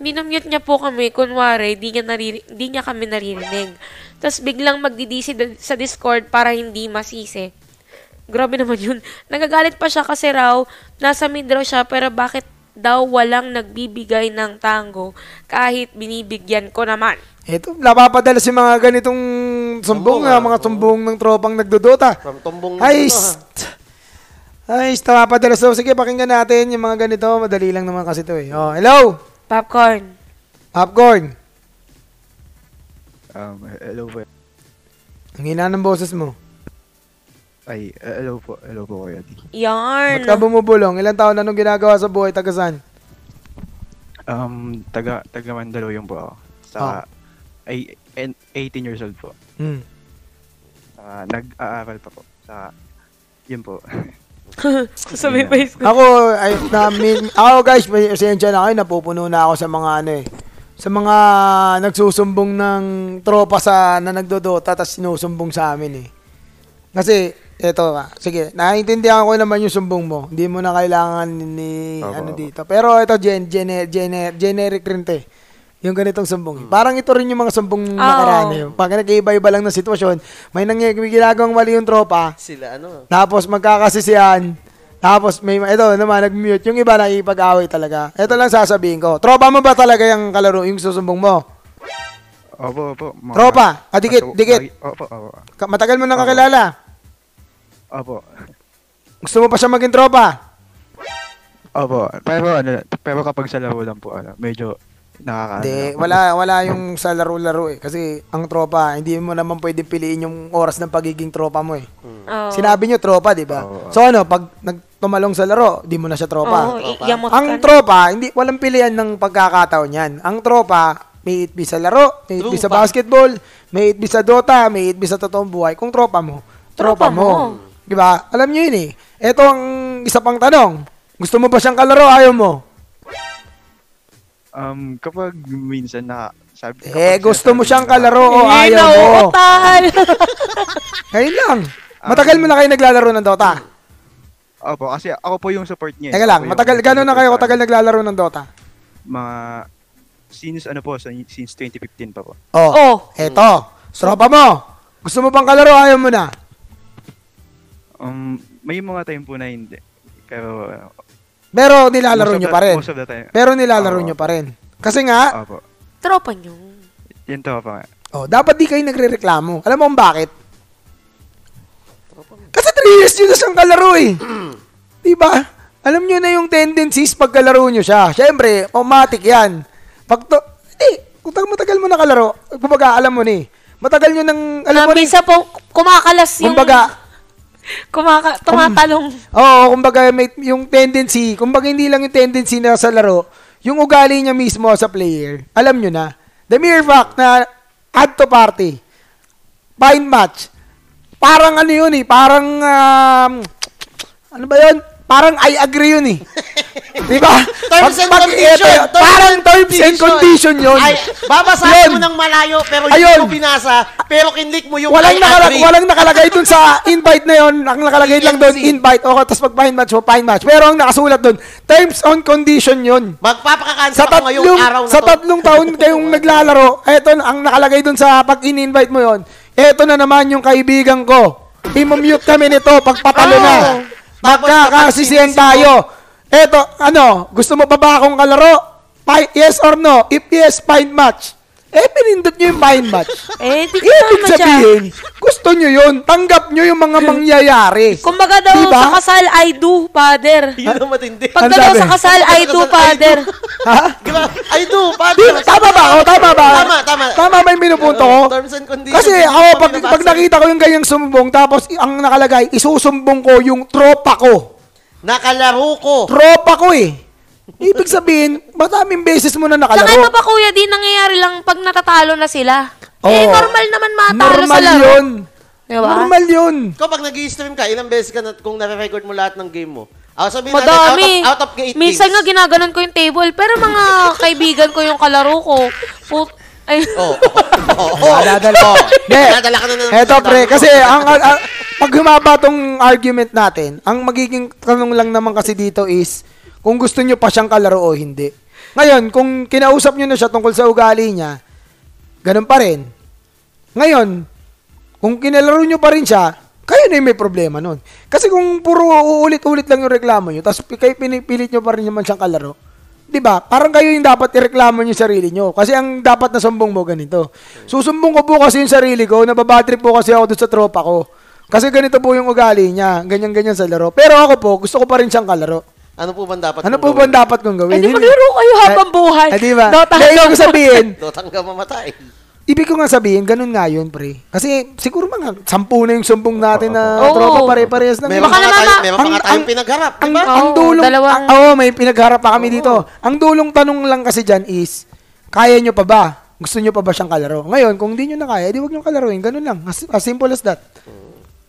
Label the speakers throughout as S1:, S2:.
S1: minumute niya po kami, kunwari, di niya, nariri- di niya kami naririnig. Tapos biglang magdidisi dun- sa Discord para hindi masisi. Grabe naman yun. Nagagalit pa siya kasi raw, nasa mid raw siya, pero bakit daw walang nagbibigay ng tango kahit binibigyan ko naman.
S2: Eto, napapadala si mga ganitong sumbong,
S3: Sumbong,
S2: ha,
S3: ah,
S2: mga
S3: oo.
S2: sumbong ng tropang nagdodota.
S3: From tumbong
S2: Ay,
S3: nito, ha.
S2: st- ay, st- napapadala. So, sige, pakinggan natin yung mga ganito. Madali lang naman kasi ito eh. Oh, hello,
S1: Popcorn.
S2: popcorn.
S4: Um, hello po.
S2: Ang hina ng boses mo.
S4: Ay, eh, hello po. Hello po, Kuya D.
S1: Yarn.
S2: Ba't ka bumubulong? Ilang taon na nung ginagawa sa buhay? Taga saan?
S4: Um, taga, taga Mandaluyong po ako. Sa,
S2: Ah.
S4: ay, en- 18 years old po.
S2: Hmm.
S4: Sa, nag-aaral pa po. Sa, yun po.
S1: Sabi pa yung
S2: Ako, ay, na, min, ako guys, may esensya na kayo. Napupuno na ako sa mga ano eh. Sa mga nagsusumbong ng tropa sa na nagdodota tapos sinusumbong sa amin eh. Kasi, eto ah, sige, naiintindihan ko naman yung sumbong mo. Hindi mo na kailangan ni,
S3: Opo,
S2: ano
S3: opo.
S2: dito. Pero ito, gen, gene, gene, generic rin te. Yung ganitong sumbong. eh.
S3: Hmm.
S2: Parang ito rin yung mga sumbong
S1: Oo.
S2: nakaraan na yun. Pag nag-iba-iba lang ng sitwasyon, may nangyay, may ginagawang mali yung tropa,
S3: Sila ano?
S2: tapos magkakasisihan. Tapos may ito naman nag-mute. Yung iba nakikipag-away talaga. Ito lang sasabihin ko. Tropa mo ba talaga yung kalaro, yung susumbong mo?
S4: Opo, opo. Mga,
S2: Tropa! Ah, dikit,
S4: kaso-
S2: dikit.
S4: lagi- Opo, opo.
S2: Ka- Matagal mo nang kakilala.
S4: Opo.
S2: Gusto mo pa siya maging tropa?
S4: Opo. Pero ano, pero kapag sa laro lang po, ano, medyo nakaka
S2: Hindi, wala wala yung sa laro-laro eh. Kasi ang tropa, hindi mo naman pwedeng piliin yung oras ng pagiging tropa mo eh.
S1: Oo.
S2: Sinabi niyo tropa, 'di ba?
S4: Oo.
S2: So ano, pag nagtumalong sa laro, di mo na siya tropa.
S1: Oo, iyamot ka
S2: Ang
S1: na.
S2: tropa, hindi walang pilihan ng pagkakataon 'yan. Ang tropa, may itbi sa laro, may itbi sa
S3: Tropa.
S2: basketball, may itbi sa Dota, may itbi sa totoong buhay. Kung tropa mo,
S1: Tropa
S2: tropa, mo.
S1: mo.
S2: 'Di ba? Alam niyo 'yun eh. Ito ang isa pang tanong. Gusto mo ba siyang kalaro? Ayaw mo?
S4: Um, kapag minsan na, sabi
S2: Eh,
S4: kapag
S2: gusto mo
S4: sinasabi
S2: siyang
S4: nila-
S2: kalaro o
S1: Eh,
S2: ayaw mo?
S1: nauutal.
S2: Ngayon lang. Matagal mo na kayo naglalaro ng Dota?
S4: Opo, kasi ako po yung support niya. eh.
S2: Teka
S4: Ako
S2: lang,
S4: po yung
S2: matagal, gano'n na
S4: support
S2: kayo
S4: sa-
S2: katagal naglalaro ng Dota?
S4: Mga, since ano po, sa- since 2015 pa po.
S2: Oh,
S1: Oh.
S2: eto. Tropa mo. Gusto mo bang kalaro? Ayaw mo na.
S4: Um, may mga time po na hindi. Pero, uh,
S2: Pero nilalaro
S4: most of
S2: nyo
S4: the-
S2: pa rin.
S4: Most of the time.
S2: Pero nilalaro
S4: Oo.
S2: nyo pa rin. Kasi nga,
S4: ah, Opo.
S1: Tropa niyo.
S4: Yan to pa nga.
S2: oh, dapat di kayo nagre-reklamo. Alam mo kung bakit? Kasi 3 years nyo na siyang kalaro eh. diba? Alam nyo na yung tendencies pagkalaro nyo siya. Siyempre, automatic yan. Pag to, eh, kung tag- matagal mo na kalaro, kumbaga alam mo ni, matagal nyo nang, alam mo
S1: Ah,
S2: ni,
S1: minsan po, kumakalas yung...
S2: kumbaga,
S1: Kumaka, tumatalong.
S2: Oo, kumbaga may, yung tendency, kumbaga hindi lang yung tendency na sa laro, yung ugali niya mismo sa player, alam nyo na. The mere fact na add to party, find match, parang ano yun eh, parang, um, ano ba yun? Parang I agree yun eh. Di ba?
S3: Terms and
S2: Pag- pag-
S3: condition,
S2: eto,
S3: terms
S2: parang
S3: and
S2: terms and
S3: condition.
S2: condition yun.
S3: Ay, babasahin mo
S2: Yun.
S3: ng malayo pero
S2: Ayun.
S3: hindi mo binasa, pero kinlik mo yung
S2: Walang,
S3: I
S2: nakala-
S3: agree.
S2: walang nakalagay dun sa invite na yon. Ang nakalagay lang dun, invite. Okay, tapos pag fine match, mo, fine match. Pero ang nakasulat dun, terms on condition yon.
S3: Magpapakakansa
S2: Sa
S3: ako ngayong
S2: tatlong,
S3: araw na
S2: sa
S3: to.
S2: tatlong taon kayong naglalaro, eto na- ang nakalagay dun sa pag in-invite mo yon. Eto na naman yung kaibigan ko. I-mute kami nito pag papalo
S3: Oo.
S2: na.
S3: Oh. Tapos
S2: Magkakasisihan
S3: kapag sinisisi mo-
S2: tayo. Eto, ano, gusto mo pa ba akong kalaro? Pi- yes or no? If yes, fine match. Eh, pinindot nyo yung fine match.
S1: Eh, di
S2: Ibig
S1: tama siya.
S2: sabihin, gusto nyo yun, tanggap nyo yung mga mangyayari.
S1: Kumbaga daw
S2: Diba?
S1: sa kasal, I do, father.
S3: Yun ang matindi.
S1: Pag
S2: Ano
S1: daw
S2: sabi?
S1: sa kasal,
S3: Pag
S1: I
S3: sa
S1: do,
S3: kasal, I
S1: father.
S2: ha?
S3: Grabe. I do,
S2: Di,
S3: father.
S2: tama ba? O, tama ba?
S3: Tama, tama.
S2: Tama ba yung minupunto ko?
S3: Oo, terms and conditions.
S2: Kasi
S3: Hindi
S2: ako,
S3: ko pa
S2: pag,
S3: binabasa.
S2: pag nakita ko yung ganyang sumbong, tapos i- ang nakalagay, isusumbong ko yung tropa ko.
S3: Nakalaro ko.
S2: Tropa ko eh. Ibig sabihin, maraming beses mo na
S1: Tsaka
S2: nakalaro.
S1: ano pa kuya, di nangyayari lang pag natatalo na sila. Eh,
S2: Oo.
S1: normal naman matalo sa
S2: Normal
S1: laro.
S2: yun.
S1: Diba?
S2: Normal yun.
S3: Ikaw, pag nag-i-stream ka, ilang beses ka na kung na-record mo lahat ng game mo? Ako sabihin
S1: Madami.
S3: natin, out of, out of eight
S1: Minsan nga
S3: games.
S1: ginaganon ko yung table, pero mga kaibigan ko yung kalaro ko. Put, ay,
S3: Oo. Oo. Oo.
S2: Nadadala.
S3: Oo.
S2: Oh! Hindi.
S3: Nadadala ka na ng-
S2: Eto pre, kasi ang, ang- ang- pag humaba tong argument natin, ang magiging tanong lang naman kasi dito is, kung gusto nyo pa siyang kalaro o hindi. Ngayon, kung kinausap nyo na siya tungkol sa ugali niya, ganun pa rin. Ngayon, kung kinalaro nyo pa rin siya, kayo na yung may problema nun. Kasi kung puro uulit-ulit lang yung reklamo nyo, tapos pi- kayo pinipilit nyo pa rin naman siyang kalaro, di ba? Parang kayo yung dapat ireklamo yung sarili nyo. Kasi ang dapat na sumbong mo ganito. Susumbong ko po kasi yung sarili ko, nababatrip po kasi ako doon sa tropa ko. Kasi ganito po yung ugali niya, ganyan-ganyan sa laro. Pero ako po, gusto ko pa rin siyang kalaro.
S3: Ano po ba ang dapat
S2: Ano
S3: kong
S2: po ba ang
S3: gawin?
S2: dapat kong gawin?
S1: Eh, di
S2: Hindi-
S1: maglaro kayo habang buhay.
S2: Ah, di ba?
S1: Dota
S2: Kaya
S1: hanggang
S2: ibig sabihin,
S3: Dot hanggang mamatay.
S2: ibig ko nga sabihin, ganun nga yun, pre. Kasi siguro mga sampu na yung sumbong natin na
S1: Oo.
S2: tropa pare-parehas lang.
S3: Meron
S1: Baka
S3: pa nga
S1: naman
S3: tayo,
S1: ma-
S3: meron pa nga
S2: ang-
S3: tayong
S2: ang-
S3: pinagharap, di
S2: ang,
S3: ba?
S2: ang
S1: Oo,
S2: dulong,
S1: dalawang-
S2: ang- oo, may pinagharap pa kami dito. Ang dulong tanong lang kasi dyan is, kaya nyo pa ba? Gusto nyo pa ba siyang kalaro? Ngayon, kung di nyo na kaya, di wag nyo kalaruin. Ganun lang. As, as simple as that.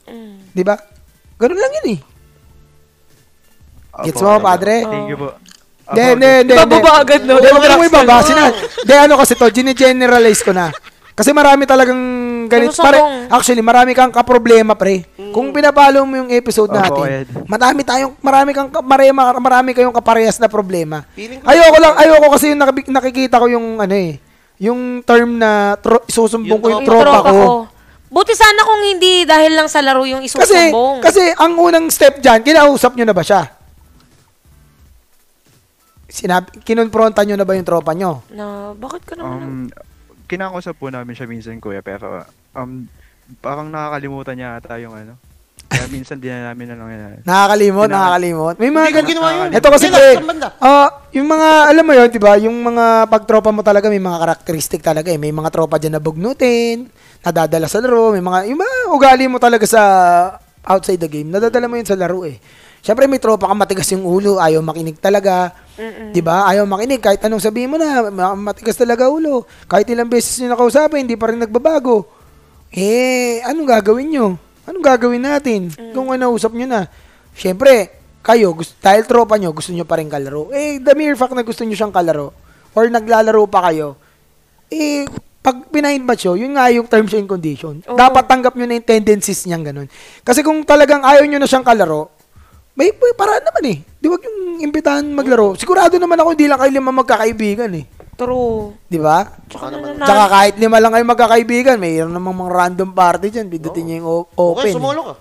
S1: Mm,
S2: Di ba? Ganun lang yun eh. Gets mo, padre?
S4: Thank you po. Opo,
S2: Hindi, hindi, hindi. hindi.
S1: Bababa agad, no?
S2: Hindi, wag mo
S1: Relax
S2: ibaba.
S1: na.
S2: Sina, hindi, ano kasi to, gine-generalize ko na. Kasi marami talagang ganito.
S1: Ano sa
S2: Pare,
S1: kong-
S2: actually, marami kang kaproblema, pre.
S3: Mm.
S2: Kung pinapalo mo yung episode
S4: Opo,
S2: natin,
S4: Ed.
S2: marami tayong, marami kang, ka- marami, marami kayong kaparehas na problema.
S3: Feeling ko-
S2: Ayoko lang, ayoko kasi yung nakabi- nakikita ko yung, ano eh, yung term na tro- isusumbong
S3: Yung
S2: ko yung
S1: Yung
S2: tropa, ko.
S1: Buti sana kung hindi dahil lang sa laro yung
S2: Kasi,
S1: isusumbong.
S2: kasi ang unang step dyan, kinausap nyo na ba siya? Sinabi, kinonfrontan nyo na ba yung tropa nyo?
S1: na, bakit ka naman?
S4: Um, kinakusap po namin siya minsan, kuya, pero um, parang nakakalimutan niya ata yung ano. Kaya minsan di na namin na lang yan.
S2: Nakakalimot,
S4: Kinaka-
S2: nakakalimot. May mga
S3: Hindi ko ginawa yun.
S2: Ito kasi
S3: Relax,
S2: pre,
S3: ang banda.
S2: ah, yung mga, alam mo yun, di ba, yung mga pagtropa mo talaga, may mga karakteristik talaga eh. May mga tropa dyan na bugnutin, nadadala sa laro, may mga, yung mga ugali mo talaga sa outside the game, nadadala mo yun sa laro eh. Siyempre may tropa ka matigas yung ulo, ayaw makinig talaga. 'Di ba? Ayaw makinig kahit anong sabihin mo na, ma- matigas talaga ulo. Kahit ilang beses niyo nakausapin, hindi pa rin nagbabago. Eh, anong gagawin nyo? Anong gagawin natin? Kung ano, usap nyo na. Siyempre, kayo, gusto, dahil tropa nyo, gusto nyo pa rin kalaro. Eh, the mere fact na gusto nyo siyang kalaro, or naglalaro pa kayo, eh, pag pina-invite nyo, yun nga yung terms and condition.
S1: Oo.
S2: Dapat tanggap nyo na yung tendencies niyang ganun. Kasi kung talagang ayaw nyo na siyang kalaro, may, may paraan naman eh. Di wag yung imbitahan maglaro. Sigurado naman ako, hindi lang kayo lima magkakaibigan eh.
S1: True.
S2: Di ba?
S1: Tsaka naman.
S2: Tsaka kahit lima lang kayo magkakaibigan, mayroon namang mga random party dyan. Pindutin niyo yung o- open.
S3: Okay, sumolo
S2: ah.
S3: ka.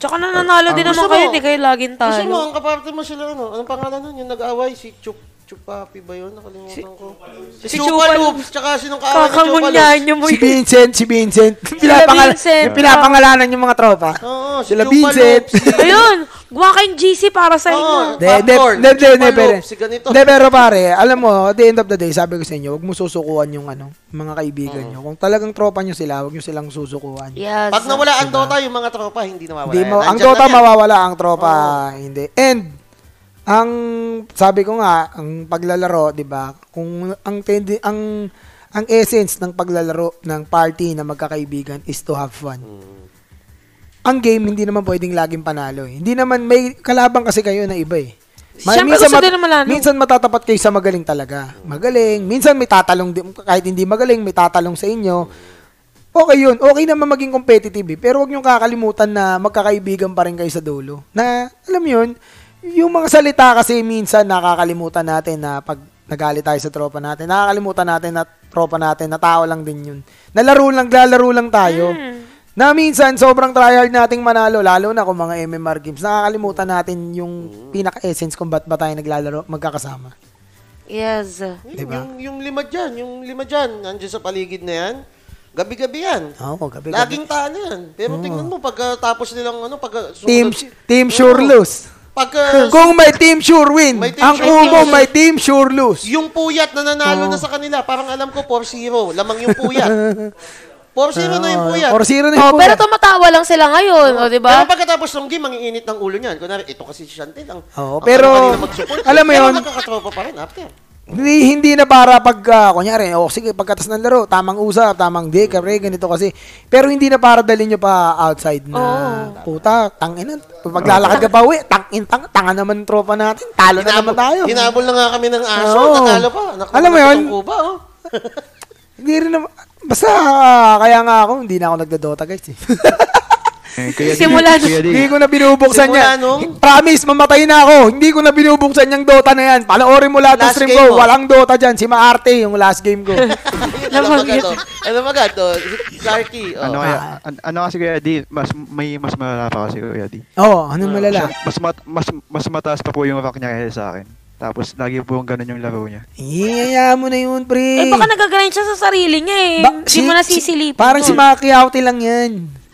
S1: Tsaka nananalo din naman
S3: gusto
S1: kayo,
S3: mo-
S1: hindi kayo laging
S3: Kasi mo,
S1: talo.
S3: ang kaparte mo sila, ano? Anong pangalan nun? Yung nag-away, si Chup, Chupapi ba yun? Nakalimutan ko. Si, si Chupa Loops, tsaka sinong kaaway ni Chupa
S1: Kakamunyahan
S3: Loops?
S1: nyo mo
S2: si
S1: yun.
S2: Vincent, si Vincent. Pinapangal-
S1: Vincent.
S2: yung pinapangalanan yung mga tropa.
S3: Oo, si
S2: Sila
S3: Chupa
S2: Vincent.
S3: Loops, si-
S1: Ayun, gawa kayong GC para sa
S3: Oo.
S1: inyo.
S2: De, de,
S3: Popcorn,
S2: de, de, de,
S3: chupa
S2: pero,
S3: loops, si ganito.
S2: de, pero pare, alam mo, at the end of the day, sabi ko sa inyo, huwag mo susukuan yung ano, mga kaibigan nyo. Kung talagang tropa nyo sila, huwag nyo silang susukuan.
S1: Yes.
S3: Pag nawala ang Dota, yung mga tropa, hindi nawawala.
S2: Diba? Hindi
S3: yan.
S2: mo, ang
S3: Nandyan
S2: Dota
S3: lang yan.
S2: mawawala ang tropa, hindi. And ang sabi ko nga, ang paglalaro, 'di ba? Kung ang tendi, ang ang essence ng paglalaro ng party na magkakaibigan is to have fun.
S3: Hmm.
S2: Ang game hindi naman pwedeng laging panalo. Eh. Hindi naman may kalabang kasi kayo na iba eh.
S1: Siyempre, gusto din naman ano? lalo.
S2: minsan matatapat kayo sa magaling talaga. Magaling. Minsan may tatalong din- kahit hindi magaling, may tatalong sa inyo. Okay yun. Okay naman maging competitive eh. Pero huwag niyong kakalimutan na magkakaibigan pa rin kayo sa dulo. Na, alam mo yun, yung mga salita kasi minsan nakakalimutan natin na pag nagalit tayo sa tropa natin, nakakalimutan natin na tropa natin, na tao lang din yun. Nalaro lang, lalaro lang tayo. Na minsan, sobrang tryhard nating manalo, lalo na kung mga MMR games, nakakalimutan natin yung pinaka-essence kung ba't ba tayo naglalaro, magkakasama.
S1: Yes.
S3: Yun,
S2: Diba?
S3: Yung, yung lima dyan, yung lima dyan, nandiyan sa paligid na yan, gabi-gabi yan.
S2: Oo, Ah, gabi-gabi. Hmm.
S3: Laging talo yan. Pero tingnan mo, pagkatapos nilang ano, pagka...
S2: Team,
S3: sumunod-
S2: team sure
S3: Oo.
S2: lose.
S3: Pagka...
S2: Kung may team sure win.
S3: May team
S2: ang
S3: sure
S2: kumo,
S3: lose.
S2: may team sure lose.
S3: Yung puyat na nanalo
S2: Oh.
S3: na sa kanila, parang alam ko 4-0. Lamang yung puyat. 4-0 na
S2: Ah,
S3: yung puyat.
S2: Or zero na
S1: Oh,
S2: yung
S1: pero
S2: puyat.
S1: tumatawa lang sila ngayon, o, di
S3: Pero
S1: ba?
S3: pagkatapos ng game, manginit ng ulo niyan. Kunwari, ito kasi si Chantel. Ang,
S2: Oo,
S3: ang
S2: Oh, pero-
S3: ano kanina mag-support.
S2: alam mo
S3: Pero
S2: yun-
S3: magkakatropa pa rin after.
S2: hindi, hindi na para pag, ah, kunyari, oh, sige, pagkatas ng laro, tamang usap, tamang di, kapre, ganito kasi. Pero hindi na para dalhin nyo pa outside na,
S1: Oh.
S2: puta, tangin na. Maglalakad ka pa uwi, tangin, tang, tanga naman ang tropa natin, talo na naman tayo.
S3: hinabol na nga kami ng aso.
S2: Oo.
S3: Nanalo pa. Naku,
S2: Alam mo yun?
S3: nakatong Kuba, oh.
S2: Hindi rin naman, basta, ah, kaya nga ako, hindi na ako nagdodota guys eh.
S4: Eh, kaya
S1: Simula
S4: Kaya di,
S2: Hindi ko na binubuksan
S3: Simula
S2: yan.
S3: nung-
S2: Promise, mamatay na ako. Hindi ko na binubuksan yung Dota na yan. Panoorin mo lahat ng
S3: Last
S2: stream
S3: game
S2: ko.
S3: mo.
S2: Walang Dota dyan. Si Maarte yung last game ko.
S3: Ano ba gato? Ano ba gato? Clarky.
S4: ano
S3: Oh.
S4: kaya,
S2: Ah.
S4: an- ano kasi kuya di, mas, may mas malala pa kasi kuya di.
S2: Oo, oh, anong malala?
S4: Mas, mat- mas, mas mataas pa po yung rank niya kaya sa akin. Tapos lagi po yung ganun yung laro niya.
S2: Iyaya mo na yun,
S1: Eh,
S2: pre.
S1: baka nagagrind siya sa sarili niya eh.
S2: Ba-
S1: Hindi mo na sisilipin.
S2: Parang
S1: yun.
S2: si Maki Aute lang yan.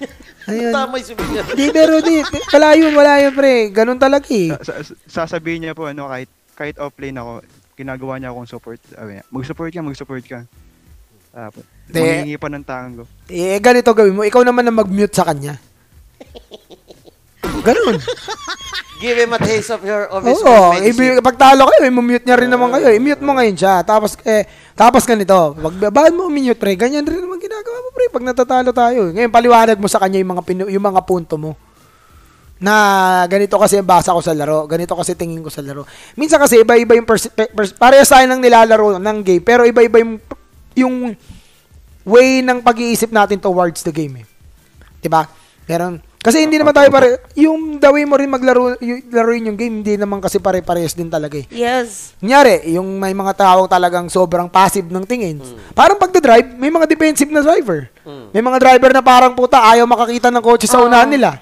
S2: Ayun.
S3: Tama yung sabi niya.
S2: Di, pero di. Wala yun, wala yun, pre. Ganun talaga eh.
S4: Sa, sa- sasabihin niya po ano kahit kahit offline ako, ginagawa niya akong support. Sabi niya, mag-support ka, mag-support ka. Tapos,
S2: Hindi.
S4: mangingi pa ng tango.
S2: Eh, ganito gawin mo. Ikaw naman na mag-mute sa kanya. Ganun.
S3: Give him a taste of your of his
S2: Oo,
S3: own
S2: ibi,
S3: medicine.
S2: pag talo kayo, i-mute niya rin naman kayo. I-mute mo ngayon siya. Tapos, eh, tapos ganito, pag, bakit mo i-mute, pre? Ganyan rin naman ginagawa mo, pre, pag natatalo tayo. Ngayon, paliwanag mo sa kanya yung mga, pinu- yung mga punto mo. Na ganito kasi ang basa ko sa laro, ganito kasi tingin ko sa laro. Minsan kasi iba-iba yung pers- pe- pers- parehas tayo ng nilalaro ng game, pero iba-iba yung, yung way ng pag-iisip natin towards the game. Eh. 'Di ba? Meron kasi hindi naman tayo pare yung the way mo rin maglaro yung, laruin yung game hindi naman kasi pare-parehas din talaga eh.
S1: Yes.
S2: Kunyari, yung may mga tao talagang sobrang passive ng tingin.
S3: Hmm.
S2: Parang pagdadrive, may mga defensive na driver. May mga driver na parang puta, ayaw makakita ng kotse sa unahan nila.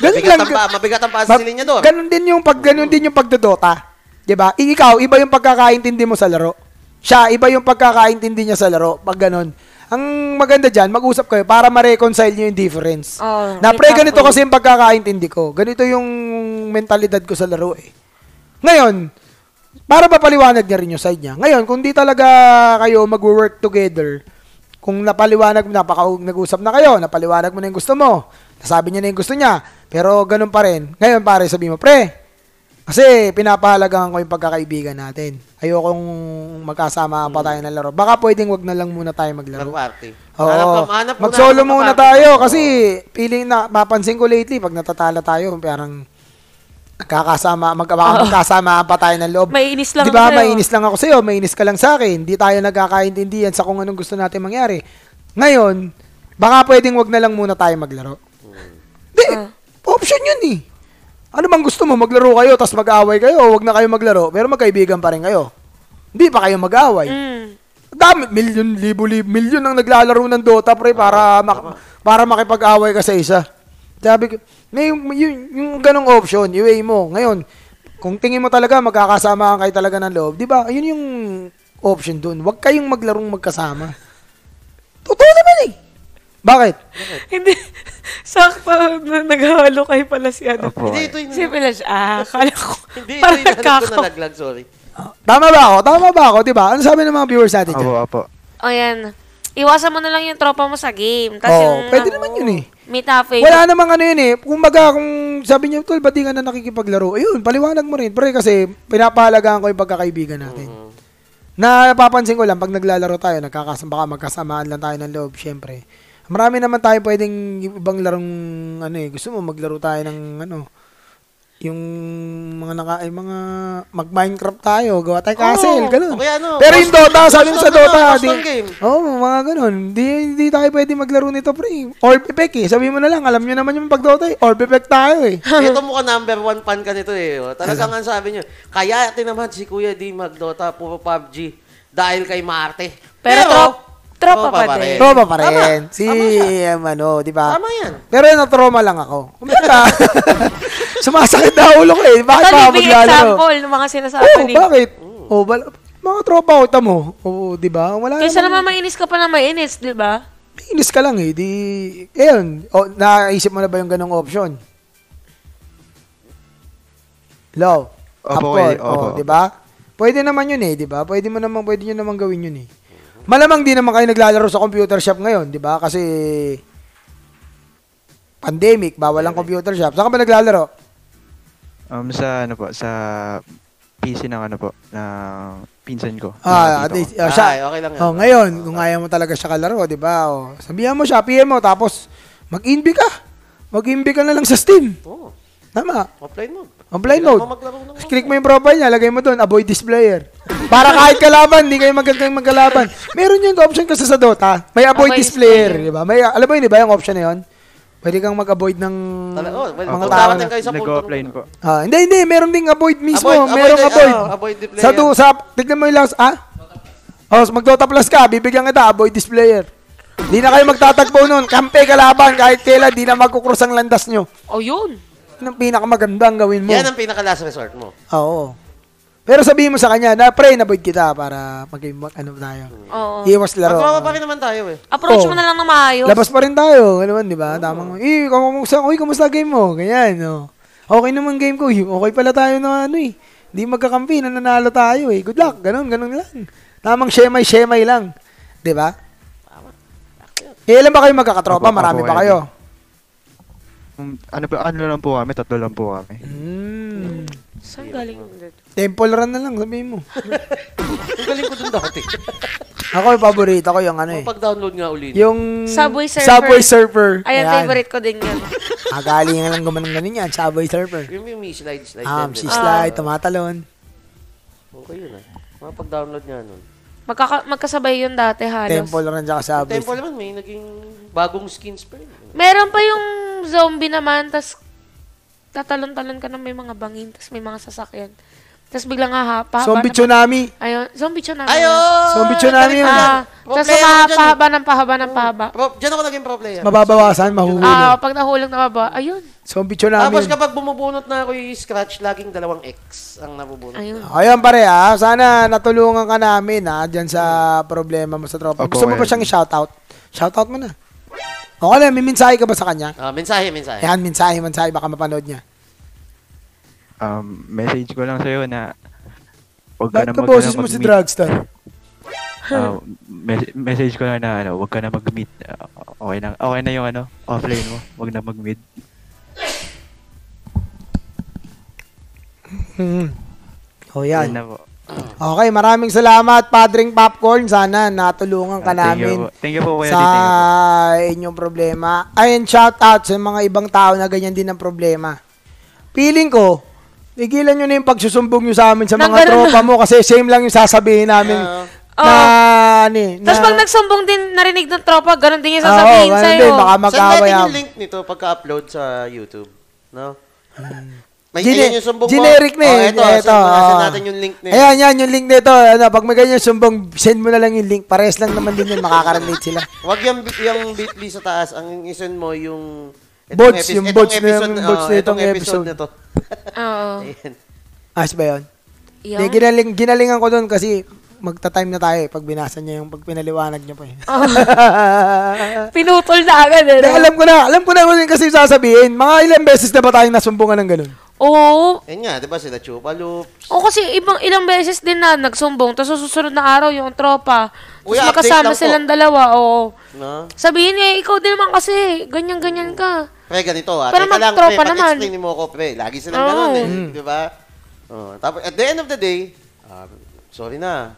S2: Ganun
S3: Ah. Mabigat
S2: lang.
S3: ang pa, mabigat ang paa
S2: Ma-
S3: sa silinyador.
S2: Ganun din yung pag ganun din yung pagdodota. 'Di ba? I- Ikaw, iba yung pagkakaintindi mo sa laro. Siya, iba yung pagkakaintindi niya sa laro pag ganun. Ang maganda diyan, mag-usap kayo para ma-reconcile niyo yung difference.
S1: Oo,
S2: na
S1: may
S2: pre ganito
S1: tapos.
S2: kasi yung pagkakaintindi ko. Ganito yung mentalidad ko sa laro eh. Ngayon, para papaliwanag niya rin yung side niya. Ngayon, kung di talaga kayo mag-work together, kung napaliwanag mo, napaka nag-usap na kayo, napaliwanag mo na yung gusto mo, nasabi niya na yung gusto niya, pero ganun pa rin. Ngayon, pare, sabi mo, pre, kasi pinapahalagaan ko yung pagkakaibigan natin. Ayokong magkasama pa tayo ng laro. Baka pwedeng wag na lang muna tayo maglaro.
S3: Mag-party. Hanap
S2: Oo.
S3: ka- hanap muna
S2: Mag-solo
S3: ako ng
S2: muna
S3: kapartner.
S2: tayo kasi feeling na mapansin ko lately pag natatala tayo parang nagkakasama mag baka magkasamaan pa tayo ng loob.
S1: Maiinis lang
S2: 'Di
S1: ako
S2: ba?
S1: sa'yo.
S2: Mainis lang ako sa iyo, mainis ka lang sa akin. Hindi tayo nagkakaintindihan sa kung anong gusto natin mangyari. Ngayon, baka pwedeng wag na lang muna tayo maglaro. Di,
S3: Ah.
S2: option 'yun eh. Ano bang gusto mo? Maglaro kayo tapos mag-away kayo o wag na kayo maglaro pero magkaibigan pa rin kayo. Hindi pa kayo mag-away.
S1: Mm.
S2: Dami, milyon, libo, libo, milyon ang naglalaro ng Dota, pre, para, mak- para makipag-away ka sa isa. Sabi ko, may, yung, yung, yung ganong option, i-weigh mo. Ngayon, kung tingin mo talaga, magkakasama kayo talaga ng loob, di ba? Yun yung option dun. Huwag kayong maglarong magkasama. Totoo naman eh. Bakit?
S1: Hindi. Sakto na naghahalo kayo pala si ano.
S4: Opo.
S3: Hindi, ito yung...
S1: Si Pilash. Ah, kala ko.
S3: Oh. Hindi, ito
S1: Parang
S3: yung hanap ko
S1: nagkakaw.
S3: nalaglag, sorry.
S2: Ah, Tama ba ako? Tama ba ako? Di ba? Ano sabi ng mga viewers natin
S4: Apo,
S2: dyan?
S4: apo.
S1: O yan. Iwasan mo na lang yung tropa mo sa game. Tas
S2: Oo,
S1: yung,
S2: pwede naman yun eh.
S1: Meet halfway.
S2: Wala namang ano yun eh. Kumbaga, kung sabi niyo, tol, ba't di ka na nakikipaglaro? Ayun, paliwanag mo rin. Pre, kasi pinapahalagaan ko yung pagkakaibigan natin. Na napapansin ko lang, pag naglalaro tayo, nagkakasama, baka magkasamaan lang tayo ng loob, syempre. Marami naman tayo pwedeng ibang larong, ano eh, gusto mo maglaro tayo ng, ano, yung mga naka, ay, mga mag-Minecraft tayo, gawa tayo castle,
S3: Oo,
S2: ganun.
S3: o kaya ano,
S2: Pero yung
S3: custom-
S2: Dota, sabi mo sa
S3: custom ano,
S2: Dota,
S3: custom
S2: di-
S3: game.
S2: Oo, oh, mga ganun. Di, di tayo pwede maglaro nito, pre. Orb effect eh. Sabi mo na lang, alam nyo naman yung pagdota eh. Orb effect tayo eh.
S3: Ito mukha number one fan ka nito eh. oh. Talagang ang sabi niyo, kaya tinamad si Kuya di magdota, puro PUBG, dahil kay Marte.
S1: Pero trop- tropa pa din.
S2: Tropa pa
S3: Eh, Tama.
S2: rin. Si, um, ano, di ba?
S3: Tama yan.
S2: Pero na-trauma lang ako. Kumbaga, sumasakit na ulo ko eh. Bakit
S1: Ito,
S2: pa ako
S1: libre
S2: maglalaro?
S1: example ng mga sinasabi
S2: Oo,
S1: ni.
S2: bakit? Oo, bal- mga tropa ko, tamo. Oo, di ba? Wala
S1: Kaysa
S2: namang-
S1: naman mainis ka pa na mainis, di ba?
S2: Inis ka lang eh. Di, ayun. O, naisip mo na ba yung ganong option? Low.
S4: Opo,
S2: Upward.
S4: eh. Opo,
S2: O,
S4: opo.
S2: di ba? Pwede naman yun eh, di ba? Pwede mo naman, pwede nyo naman gawin yun eh. Malamang di naman kayo naglalaro sa computer shop ngayon, di ba? Kasi pandemic, bawal ang computer shop. Saan ka ba naglalaro?
S4: Um, sa ano po, sa PC ng ano po, na pinsan ko.
S2: Ah,
S4: Nakakita
S2: at least,
S4: ko.
S2: ah,
S3: Ah,
S2: siya.
S3: okay lang yan.
S2: Oh, ngayon, kung ayaw mo talaga siya kalaro, di ba? O, sabihan mo siya, PM mo, tapos mag-inbi ka. Mag-inbi ka na lang sa Steam.
S3: Oo.
S2: Tama.
S3: Oh, Offline mode.
S2: Offline
S3: Kailangan
S2: mode.
S3: mo maglaro ng
S2: Click mo yung profile niya, lagay mo doon, avoid this player. Para kahit kalaban, hindi kayo magandang magkalaban. Meron yung option kasi sa Dota. May avoid
S1: Avoid
S2: this
S1: this player.
S2: player, di ba? May, alam mo yun, di ba yung option na yun? Pwede kang mag-avoid ng
S3: Tala, oh, well,
S2: mga
S3: mga
S2: tao.
S3: dapat
S2: na-
S3: kayo sa punto.
S4: Nag-offline
S3: nun.
S4: po.
S2: Ah, hindi, hindi. Meron ding avoid mismo.
S3: Avoid,
S2: Merong
S3: avoid,
S2: avoid.
S3: ah, avoid the player.
S2: Sa do, sa, tignan mo yung last, ah? Oh, mag-Dota Plus ka, bibigyan kita, avoid this player. Di na kayo magtatagpo nun. Kampe kalaban, kahit kailan, di na magkukrus ang landas nyo.
S1: O yun.
S2: Yan ang pinakamagandang gawin mo.
S3: Yan ang pinaka last resort mo.
S2: Oo. Pero sabihin mo sa kanya, na pre, naboid kita para maging mag- ano tayo.
S1: Oo.
S2: Iwas
S3: At
S2: laro.
S3: mapapaki naman tayo eh.
S1: Approach
S2: Oo.
S1: mo na lang na maayos.
S2: Labas pa rin tayo. Ano man, di ba? Tamang, eh, kamusta, uy, kamusta game mo? Ganyan, no. Okay naman game ko. eh. Okay pala tayo na ano eh. Hindi magkakampi, nananalo tayo eh. Good luck. Ganon, ganon lang. Tamang shemay-shemay lang. Di ba? Eh, ilan ba kayo magkakatropa?
S4: Ako- ako
S2: Marami ba
S4: eh.
S2: kayo?
S4: Um, ano ba, ano lang po kami, tatlo lang po kami.
S2: Hmm.
S1: Saan galing yun? Dad?
S2: Temple run na lang, sabihin mo.
S3: Ang galing ko dun dati.
S2: Ako, yung paborito ko yung ano eh.
S3: Pag-download nga uli.
S2: Yung
S1: Subway Surfer.
S2: Subway Surfer.
S1: Ayan,
S2: Ayan.
S1: favorite ko din yan.
S2: Ah, galing nga lang gumanong ganun yan. Subway Surfer.
S3: Yung yung may slide slide.
S2: Um,
S3: din,
S2: si
S3: eh.
S2: Sly, tumatalon.
S3: Okay yun ah. Mapag-download nga nun.
S1: Magkaka- magkasabay yun dati halos.
S2: Temple Run tsaka Subway.
S3: Tempo naman may naging bagong skins pa rin.
S1: Meron pa yung zombie naman, tas tatalon-talon ka na may mga bangin, tas may mga sasakyan. Tas biglang hahapa.
S2: Zombie Tsunami.
S1: Ayun, zombie tsunami.
S3: Ayun!
S2: Zombie tsunami yun.
S1: Ah,
S3: Pro
S1: tas
S3: player ako dyan, eh.
S1: pahaba ng pahaba ng pahaba.
S3: Pro, dyan ako naging pro player.
S2: Mababawasan, mahuhuli.
S1: Ah, pag nahulog na baba, ayun.
S2: Zombie Tsunami.
S3: Tapos
S2: yun.
S3: kapag bumubunot na ako yung scratch, laging dalawang X ang nabubunot.
S1: Ayun.
S2: Ayun pare ah, sana natulungan ka namin ah, dyan sa problema mo sa tropa.
S4: Opo,
S2: Gusto mo ba
S4: ayun.
S2: siyang i-shoutout? Shoutout mo na. Okay lang, may mensahe ka ba sa kanya?
S3: Ah, mensahe, mensahe.
S2: Ayan, mensahe, mensahe, baka mapanood niya.
S4: Um, message ko lang sa'yo na huwag
S2: Ba't
S4: ka na
S2: ka
S4: mag-
S2: boses
S4: ano,
S2: mo si
S4: mag-meet.
S2: Dragstar?
S4: Ah, mes- message ko lang na ano, huwag ka na mag-meet. Ah, okay na, okay na yung ano, offline mo. Huwag na mag-meet.
S2: Hmm. Oh,
S4: Yan
S2: yan.
S4: na po.
S2: Okay, maraming salamat, Padring Popcorn. Sana natulungan ka
S4: Ah, thank you
S2: namin
S4: po. Thank you po, Kuya
S2: sa
S4: Di. Thank you po.
S2: inyong problema. Ayun, shout out sa mga ibang tao na ganyan din ang problema. Feeling ko, tigilan nyo na yung pagsusumbong nyo sa amin sa mga
S1: Nanggaroon
S2: tropa mo kasi same lang yung sasabihin namin
S1: Oo.
S2: na, ano eh,
S1: Tas
S2: na-
S1: pag nagsumbong din, narinig ng tropa, ganun din yung
S2: Ah, oo,
S1: sasabihin
S2: ganun
S1: sa'yo.
S2: din, baka
S3: Saan
S2: mag-away
S3: natin
S2: ako.
S3: yung link nito pagka-upload sa YouTube? No? May
S2: Gene-
S3: ayan yung sumbong
S2: generic
S3: mo.
S2: na eh.
S3: Oh, ito,
S2: Ito,
S3: send
S2: oo.
S3: natin yung link nito.
S2: Ayan, yan, yung link nito. Ano, pag may ganyan sumbong, send mo na lang yung link. Pares lang naman din yun, makakarelate sila.
S3: Wag yung, yung bitly sa taas. Ang isend mo yung... itong
S2: Bots,
S3: epi-
S2: yung
S3: itong
S2: bots na yung
S3: episode-
S2: bots na
S3: oh, itong
S2: itong
S3: episode
S2: episode.
S3: na to.
S1: Oo.
S3: Ayan.
S2: Ayos Ah, ba yun?
S1: Yun.
S2: Di, ginaling, ginalingan ko doon kasi magta-time na tayo eh, pag binasa niya yung pag pinaliwanag niya pa eh.
S1: Ah. Pinutol na agad eh.
S2: Hindi,
S1: no?
S2: alam ko na, alam ko na kung ano yung kasi sasabihin. Mga ilang beses na ba tayong nasumbungan ng ganun?
S1: Oo.
S3: Ayan nga, di ba sila Chupa Loops.
S1: O kasi ibang ilang beses din na nagsumbong, tapos sa susunod na araw yung tropa. Tapos
S3: Kuya, update
S1: makasama
S3: lang po.
S1: silang dalawa, oo.
S3: No?
S1: Sabihin niya, eh, ikaw din naman kasi, ganyan-ganyan ka.
S3: Pre, ganito ah.
S1: Pero
S3: Teka lang, pre,
S1: magtropa naman.
S3: pag-explain mo ko, pre. Lagi silang
S1: Oo. Mm.
S3: ganun eh. Di ba? Oh, tapos, at the end of the day, ah, sorry na.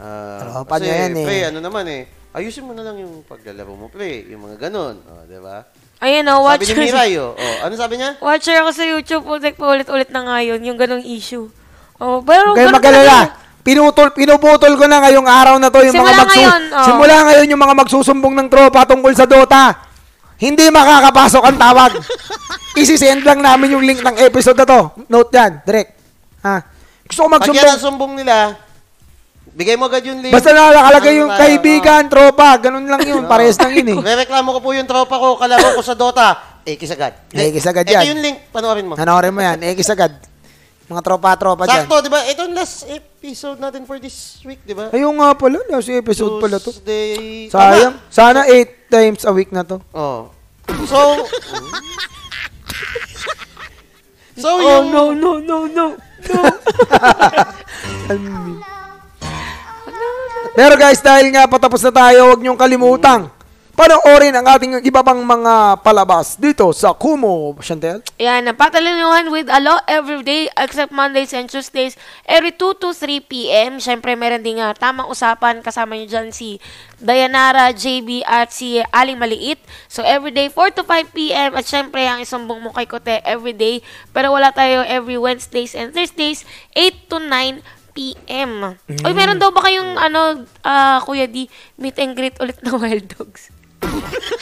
S3: Ah,
S2: Tropa niya yan eh.
S3: Pre, ano naman eh. Ayusin mo na lang yung paglalaro mo, pre. Yung mga ganun. Oh, di ba?
S1: Ayun o,
S3: Sabi
S1: watcher.
S3: ni Mirai, oh. oh. Ano sabi niya?
S1: watcher ako sa YouTube, ulit paulit-ulit na nga yun, yung ganong issue. Oh, pero
S2: Huwag kayo
S1: ganun
S2: magalala.
S1: talaga.
S2: Pinutol, pinuputol ko na ngayong araw na to yung
S1: Simula
S2: mga magsu-
S1: ngayon, oh.
S2: Simula ngayon yung mga magsusumbong ng tropa tungkol sa Dota. Hindi makakapasok ang tawag. Isisend lang namin yung link ng episode na to. Note yan, direct. Ha? Gusto ko
S3: Pag yan
S2: magsumbong.
S3: ang sumbong nila, bigay mo agad yung link.
S2: Basta nakalagay yung
S3: Ano tayo,
S2: kaibigan, tropa. Ganun lang yun.
S3: Oo.
S2: Parehas lang yun eh.
S3: oh. Rereklamo ko po yung tropa ko, kalaro ko sa Dota. Eh, kisagad.
S2: Eh, kisagad
S3: Ito
S2: yan.
S3: yung link, panoorin mo.
S2: Nanorin mo yan. X agad. Mga tropa-tropa dyan.
S3: Sakto, di ba? Ito yung last episode natin for this week, di ba?
S2: Ayun nga pala. Last episode pala to.
S3: Tuesday.
S2: Sayang. Sana eight times a week na to.
S3: Oh. So, so
S1: Oh,
S3: yung,
S1: no, no, no, no.
S2: Pero guys, dahil nga patapos na tayo, huwag niyong
S3: Mm.
S2: kalimutang. Panoorin ang ating iba pang mga palabas dito sa Kumu, Chantel.
S1: Ayan, napatalinuhan with Alo every day except Mondays and Tuesdays every 2 to 3 p.m. Siyempre, meron din nga tamang usapan. Kasama nyo dyan si Dayanara, JB, at si Aling Maliit. So, every day 4 to 5 p.m. At siyempre, ang isumbong mo kay Kote every day. Pero wala tayo every Wednesdays and Thursdays 8 to 9
S2: Mm.
S1: p.m. Uy, meron daw ba kayong, ano, ah, Kuya D, meet and greet ulit ng Wild Dogs?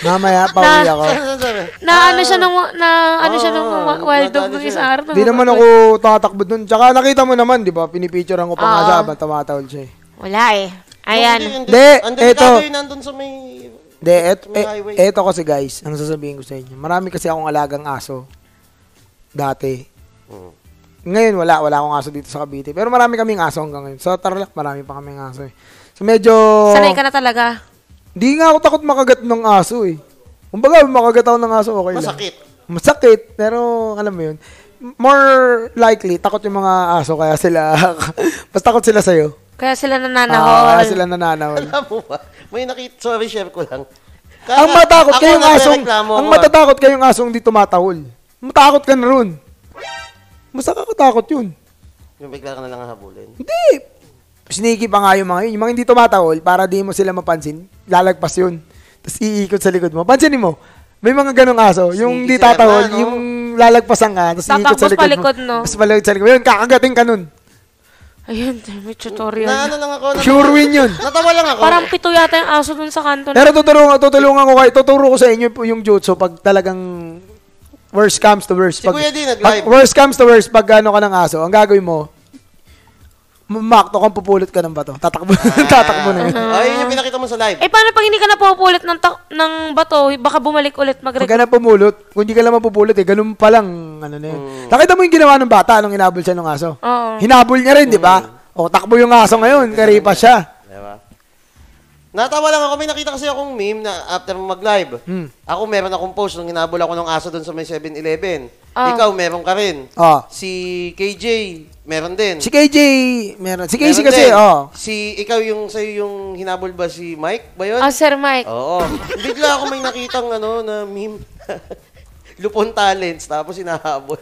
S2: Mamaya, pauwi ako.
S3: Saan, saan sabi?
S1: Na ano siya nung, na ano siya nung
S2: Ah,
S1: wa-
S3: Oo,
S1: wild dog
S3: nadali
S1: nung
S3: siya.
S1: isang araw.
S2: eh. Di naman ako tatakbo dun. Tsaka nakita mo naman, di ba? Pinipicturean ko pa nga
S3: Ah.
S1: Oo.
S2: siya habang tumatawal siya eh.
S1: Wala eh. Ayan.
S2: Hindi, eto.
S3: Yung nandun sa may...
S2: Hindi, et,
S3: May
S2: et-
S3: highway.
S2: eto kasi guys, ang sasabihin ko sa inyo. Marami kasi akong alagang aso. Dati.
S3: Hmm.
S2: Ngayon wala, wala akong aso dito sa Cavite. Pero marami kaming aso hanggang ngayon. Sa Tarlac, marami pa kaming aso eh. So medyo...
S1: Sanay ka na talaga.
S2: Di nga ako takot makagat ng aso eh. Kumbaga, makagat ako ng aso, okay lang.
S3: Masakit.
S2: Masakit, pero alam mo yun. More likely, takot yung mga aso kaya sila, mas takot sila sa'yo.
S1: Kaya sila
S2: Ah,
S1: nananahol.
S2: kaya sila nananawal.
S3: Alam mo ba? May nakita. Sorry, share ko lang. Kaya,
S2: ang matakot kayong asong,
S3: nagrereklamo
S2: ang
S3: ako, ah.
S2: matatakot kayong asong di tumatahol. Matakot ka na ron. Mas nakakatakot yun.
S3: Yung bigla ka na lang habulin.
S2: Hindi. Sneaky pa nga yung mga yun. Yung mga hindi tumatahol, para di mo sila mapansin, lalagpas yun. Tapos iikot sa likod mo. Pansinin mo, may mga ganong aso. yung
S3: Sneaky
S2: di
S3: sila
S2: tatahol,
S3: na, no?
S2: yung lalagpasan ka, tapos iikot sa
S1: Tatapos
S2: likod
S1: pa
S2: mo.
S1: likod, no?
S2: Mas malagod sa likod mo. Yun, kakagating ka nun.
S1: Ayan, may tutorial.
S3: Na ano lang ako. natawa-
S2: Sure win yun.
S3: Natawa lang ako. eh.
S1: Parang pito yata yung aso dun sa kanto. na-
S2: Pero tutulungan, tutulungan ko kayo, tuturo ko sa inyo po yung jutsu pag talagang worst comes to worst.
S3: Si Kuya D
S2: pag
S3: nag-live.
S2: worst comes to worst, pag ano ka ng aso, ang gagawin mo, mamakto kang pupulot ka ng bato. Tatakbo, tatakbo na yun.
S3: Ah, yun yung pinakita mo sa live.
S1: Eh, paano pag hindi ka napupulot ng, ta- ng bato, baka bumalik ulit mag
S2: Huwag ka na pumulot. Kung hindi ka lang mapupulot eh, ganun pa lang, ano na yun.
S3: Mm.
S2: Nakita mo yung ginawa ng bata, anong hinabol siya ng aso?
S1: Oo.
S2: Hinabol niya rin, di ba?
S3: Mm.
S2: O, takbo yung aso ngayon, karipa siya.
S3: Diba? Natawa lang ako. May nakita kasi akong meme na after mo mag-live.
S2: Hmm.
S3: Ako meron akong post nung hinabol ako ng aso doon sa may 7-Eleven.
S1: Ah.
S3: Ikaw, meron ka rin.
S2: Oh.
S3: Si KJ, meron din.
S2: Si KJ, meron. Si KJ
S3: Meron
S2: kasi,
S3: din.
S2: oh.
S3: Si, ikaw yung, sa'yo yung hinabol ba si Mike ba yun?
S1: Ah, Sir
S2: Oh.
S1: Mike.
S3: Oo. Bigla ako may nakitang ano na meme. Lupon talents, tapos hinahabol.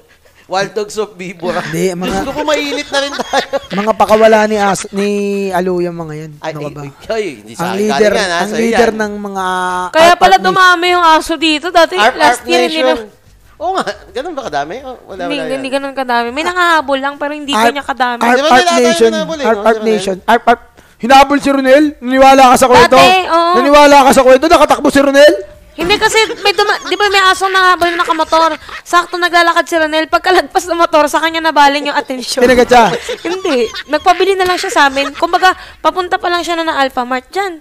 S3: Wild Dogs of Bibora.
S2: Hindi, mga-
S3: Gusto ko mainit na rin tayo.
S2: Mga pakawala ni as ni Aluya mga yan.
S3: Ay,
S2: Ano ka ba?
S3: ay, ay, hindi sa
S2: ang
S3: akin.
S2: leader,
S3: Galing yan, ha?
S2: ang
S3: Sa'yo
S2: leader
S3: yan.
S2: ng mga
S1: Kaya
S2: art
S1: pala
S2: partner.
S1: dumami yung aso dito. Dati
S3: Arp,
S1: last
S3: Arp
S1: year hindi na...
S3: Nation. Oo nga, ganun ba kadami? Oh, wala,
S1: Hindi,
S3: wala yan.
S1: hindi ganun kadami.
S2: Ah.
S1: May nangahabol lang, pero hindi
S2: Art-
S1: ganyan kadami.
S2: Art,
S3: Di ba
S2: Art
S3: nila tayo
S2: Nation.
S3: hinabol eh,
S2: Art, Art
S3: no? Si Ronel?
S2: Nation. Art, Art. Hinabol si Ronel? Naniwala ka sa kwento?
S1: oo.
S2: Naniwala ka sa kwento? Nakatakbo si Ronel?
S1: Hindi kasi, may duma- di ba may aso nangahabol yung nakamotor? Sakto naglalakad si Ranel. Pagkalagpas ng motor, sa kanya nabaling yung atensyon.
S2: Pinagat siya.
S1: Hindi. Nagpabili na lang siya sa amin. Kumbaga, papunta pa lang siya na ng Alpha Mart dyan.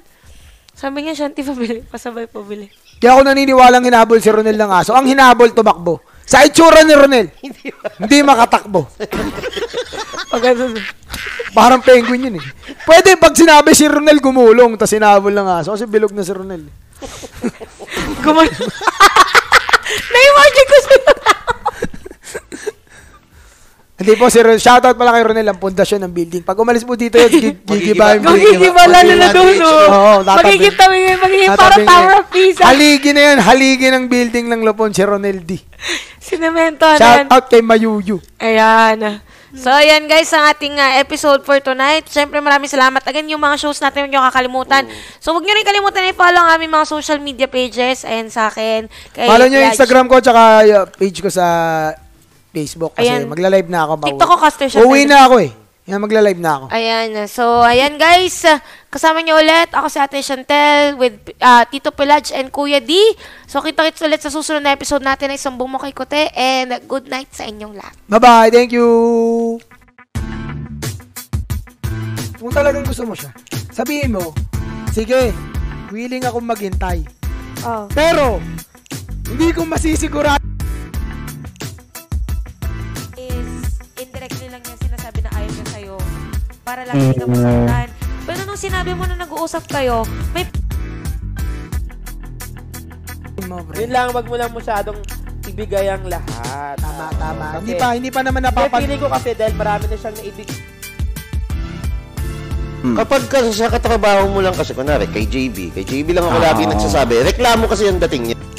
S1: Sabi niya, Shanti, pabili. Pasabay pabili.
S2: Kaya ako naniniwalang hinabol si Ronel ng aso. Ang hinabol, tumakbo. Sa itsura ni Ronel, hindi makatakbo.
S1: Pag ano, ganun.
S2: Parang penguin yun eh. Pwede pag sinabi si Ronel gumulong, tapos hinabol ng aso kasi bilog na si eh. Ronel.
S1: Gumal... Na-imagine ko sa'yo.
S2: Hindi po, si Ron, shoutout pala kay Ronel, ang pundasyon ng building. Pag umalis po dito yun, gigi- gigibahin mo.
S1: Magigibala na na doon, no?
S2: Oo, tatabi.
S1: Magigitawi ngayon, magiging parang
S2: Tatabing
S1: Tower
S2: yan.
S1: of Pisa.
S2: Haligi na yan, haligi ng building ng Lupon, si Ronel D.
S1: Sinemento ano na.
S2: Shoutout kay Mayuyu.
S1: Ayan. So,
S2: Hmm.
S1: ayan guys, ang ating ah, episode for tonight. Siyempre, maraming salamat. Again, yung mga shows natin, huwag nyo kakalimutan. So, huwag nyo rin kalimutan na i-follow ang aming mga social media pages. Ayan sa akin. Kay
S2: Follow nyo yung
S1: Raj.
S2: Instagram ko, tsaka uh, page ko sa Facebook. Kasi
S1: Ayan.
S2: magla-live na ako. pauwi.
S1: TikTok ko, Caster Shot.
S2: Uwi na ako eh. Yan, magla-live na ako.
S1: Ayan. So, ayan guys. Kasama niyo ulit. Ako si Ate Chantel with ah, Tito Pelage and Kuya D. So, kita-kits ulit sa susunod na episode natin ng Isang Bumo kay Kote. And good night sa inyong lahat.
S2: Bye-bye, thank you! Kung talagang gusto mo siya, sabihin mo, sige, willing akong maghintay.
S1: Oh.
S2: Pero, hindi ko masisigurado
S1: Is indirectly lang niya sinasabi na ayaw niya sa'yo. Para lang hindi ka masaktan. Pero nung sinabi mo na nag-uusap kayo, may
S2: mo, bro.
S5: Yun lang, wag mo lang masyadong ibigay ang lahat.
S2: Tama,
S5: Oo,
S2: tama.
S5: kasi-
S2: Hindi pa, hindi pa naman
S5: Hindi,
S2: napapag...
S5: feeling ko kasi dahil marami na siyang naibigay.
S3: Hmm. Kapag Ah. kasi sa katrabaho mo lang kasi, kunwari, kay JB, kay JB lang ako lagi nagsasabi, reklamo kasi ang dating niya.